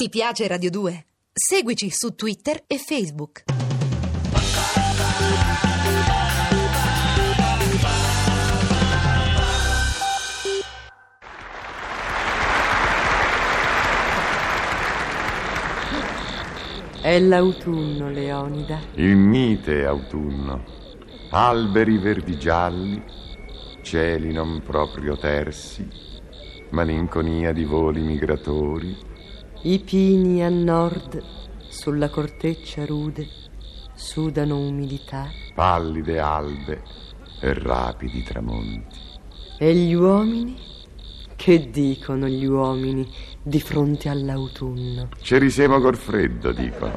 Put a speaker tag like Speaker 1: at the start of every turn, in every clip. Speaker 1: Ti piace Radio 2? Seguici su Twitter e Facebook.
Speaker 2: È l'autunno, Leonida.
Speaker 3: Il mite autunno, alberi verdigialli, cieli non proprio tersi, malinconia di voli migratori,
Speaker 2: I pini a nord, sulla corteccia rude, sudano umidità
Speaker 3: pallide albe e rapidi tramonti.
Speaker 2: E gli uomini? Che dicono gli uomini di fronte all'autunno?
Speaker 3: Ci risiemo col freddo, dicono.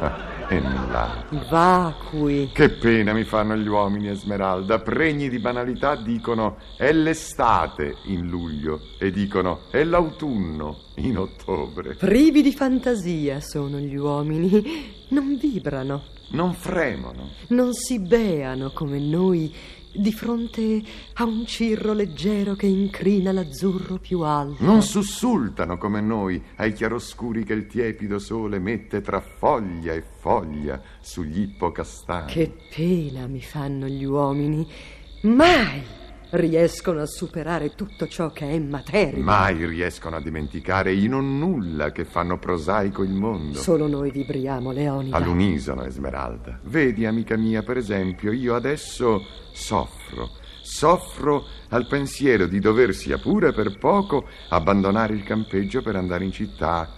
Speaker 3: e là.
Speaker 2: Vacui,
Speaker 3: Che pena mi fanno gli uomini, Esmeralda. Pregni di banalità dicono è l'estate in luglio e dicono è l'autunno in ottobre.
Speaker 2: privi di fantasia sono gli uomini, non vibrano,
Speaker 3: Non fremono.
Speaker 2: non si beano come noi di fronte a un cirro leggero che incrina l'azzurro più alto.
Speaker 3: Non sussultano come noi ai chiaroscuri che il tiepido sole mette tra foglia e foglia sugli ippocastani.
Speaker 2: Che pena mi fanno gli uomini, mai riescono a superare tutto ciò che è materia.
Speaker 3: Mai riescono a dimenticare in un nulla che fanno prosaico il mondo.
Speaker 2: Solo noi vibriamo, Leonida.
Speaker 3: All'unisono, Esmeralda. Vedi, amica mia, per esempio, io adesso soffro. Soffro al pensiero di dover, sia pure per poco, abbandonare il campeggio per andare in città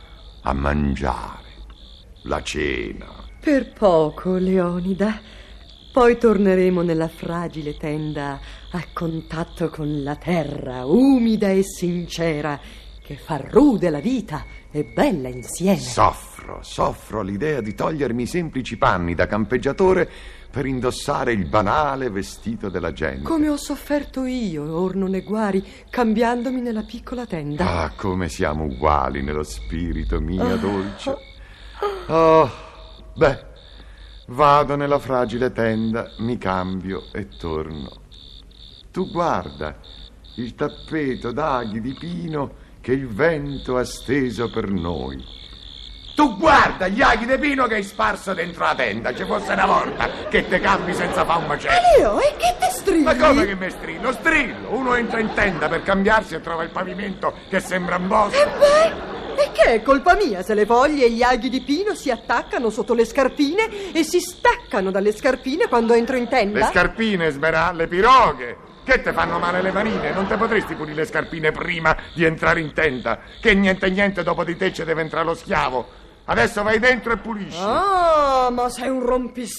Speaker 3: a mangiare. La cena.
Speaker 2: Per poco, Leonida. Poi torneremo nella fragile tenda a contatto con la terra, umida e sincera, che fa rude la vita e bella insieme.
Speaker 3: Soffro, soffro l'idea di togliermi i semplici panni da campeggiatore per indossare il banale vestito della gente.
Speaker 2: Come ho sofferto io, orno nei guari, cambiandomi nella piccola tenda.
Speaker 3: Ah, come siamo uguali nello spirito, mia dolce. Oh, beh, vado nella fragile tenda, mi cambio e torno. Tu guarda il tappeto d'aghi di pino che il vento ha steso per noi. Tu guarda gli aghi di pino che hai sparso dentro la tenda. Ci fosse una volta che te cambi senza fa un macello.
Speaker 2: Leo, e che te strilli?
Speaker 3: Ma come che me strillo? Strillo! Uno entra in tenda per cambiarsi e trova il pavimento che sembra un bosco.
Speaker 2: E beh, e che è colpa mia se le foglie e gli aghi di pino si attaccano sotto le scarpine e si staccano dalle scarpine quando entro in
Speaker 3: Le
Speaker 2: tenda?
Speaker 3: scarpine, Sberà, le piroghe. Che te fanno male le manine? Non te potresti pulire le scarpine prima di entrare in tenda? Che niente niente dopo di te ci deve entrare lo schiavo. Adesso vai dentro e pulisci.
Speaker 2: Ah, ma sei un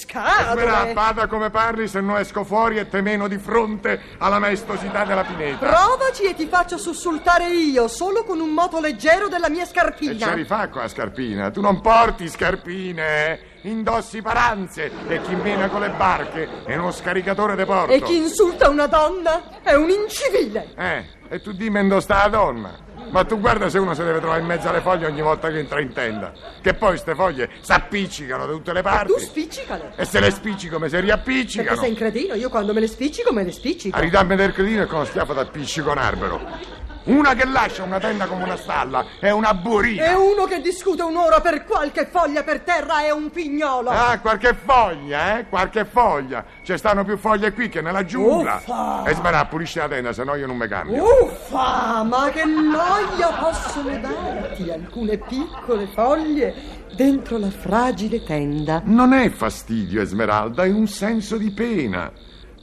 Speaker 3: Sberà,
Speaker 2: rompiscatole!
Speaker 3: bada come parli, se no esco fuori e te meno di fronte alla maestosità della pineta.
Speaker 2: Provaci e ti faccio sussultare io, solo con un moto leggero della mia
Speaker 3: E ce
Speaker 2: scarpina.
Speaker 3: li fa qua scarpina, tu non porti scarpine, eh? indossi paranze e chi mena con le barche è uno scaricatore de porto.
Speaker 2: E chi insulta una donna è un incivile.
Speaker 3: Eh, e tu dimmi dove sta la donna. Ma tu guarda se uno si deve trovare in mezzo alle foglie ogni volta che entra in tenda. Che poi ste foglie s'appiccicano da tutte le parti.
Speaker 2: Tu spiccicale.
Speaker 3: e se le spicci come se riappiccicano.
Speaker 2: Perché sei incredino, io quando me le spiccico me le spiccico.
Speaker 3: A ridarmi del credino è con lo schiaffo d'appiccico un albero. Una che lascia una tenda come una stalla è una burina.
Speaker 2: E uno che discute un'ora per qualche foglia per terra è un pignolo.
Speaker 3: Ah, qualche foglia, eh? Qualche foglia. Ci stanno più foglie qui che nella giungla.
Speaker 2: Uffa!
Speaker 3: E sbarà, pulisci la tenda, se no io non mi cambio.
Speaker 2: Uffa, ma che noia possono darti alcune piccole foglie dentro la fragile tenda.
Speaker 3: Non è fastidio, Esmeralda, è un senso di pena.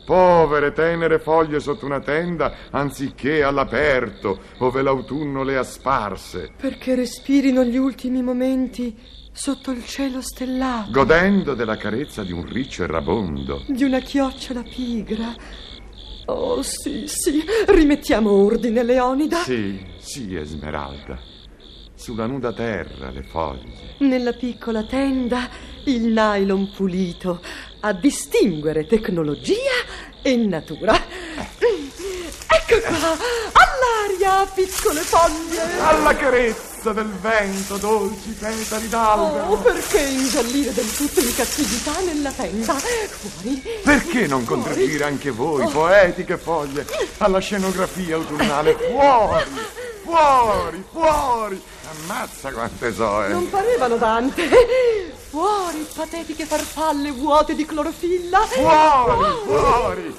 Speaker 3: Povere tenere foglie sotto una tenda anziché all'aperto, ove l'autunno le ha sparse,
Speaker 2: Perché respirino gli ultimi momenti sotto il cielo stellato
Speaker 3: godendo della carezza di un riccio errabondo.
Speaker 2: di una chiocciola pigra. Oh sì, sì, rimettiamo ordine, Leonida.
Speaker 3: Sì, sì, Esmeralda. Sulla nuda terra le foglie.
Speaker 2: Nella piccola tenda il nylon pulito a distinguere tecnologia e natura. Ecco qua, all'aria, piccole foglie.
Speaker 3: Alla carezza del vento, dolci petali d'albero.
Speaker 2: Oh, perché ingiallire del tutto in cattività nella tenda? Fuori.
Speaker 3: Perché non contribuire anche voi, poetiche foglie, alla scenografia autunnale? Fuori, fuori, fuori! Ammazza quante so, eh.
Speaker 2: Non parevano tante. Fuori, patetiche farfalle vuote di clorofilla.
Speaker 3: Fuori,
Speaker 2: Oh!
Speaker 3: fuori!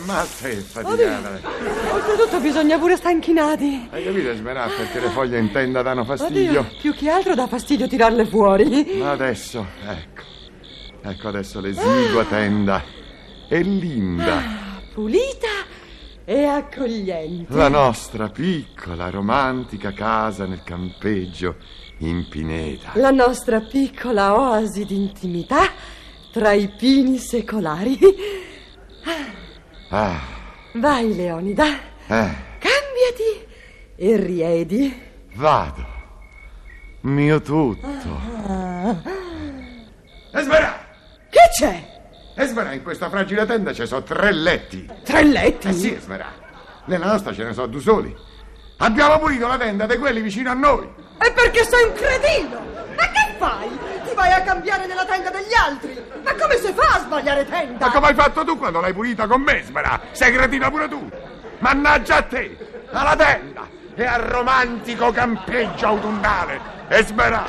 Speaker 3: Ammazza che faticata. eh.
Speaker 2: Oltretutto bisogna pure stanchinati.
Speaker 3: Hai capito, Smeralda, perché le foglie in tenda danno fastidio?
Speaker 2: Oddio, più che altro dà fastidio tirarle fuori.
Speaker 3: Ma adesso, ecco. Ecco adesso l'esigua tenda. E linda,
Speaker 2: Pulita e accogliente.
Speaker 3: la nostra piccola, romantica casa nel campeggio in Pineta.
Speaker 2: La nostra piccola oasi di intimità tra i pini secolari.
Speaker 3: Ah,
Speaker 2: Vai, Leonida,
Speaker 3: eh,
Speaker 2: cambiati e riedi.
Speaker 3: vado. Mio tutto. Esmerà!
Speaker 2: Che c'è?
Speaker 3: Esmerà, in questa fragile tenda ci sono tre letti.
Speaker 2: Tre letti?
Speaker 3: Eh sì, Esmerà. Nella nostra ce ne sono due soli. Abbiamo pulito la tenda di quelli vicino a noi.
Speaker 2: È perché sei un cretino! Ma che fai? Ti vai a cambiare nella tenda degli altri! Ma come si fa a sbagliare tenda?
Speaker 3: Ma come hai fatto tu quando l'hai pulita con me, Sbara? Sei cretina pure tu! Mannaggia a te, alla tenda e al romantico campeggio autunnale! E Sbara!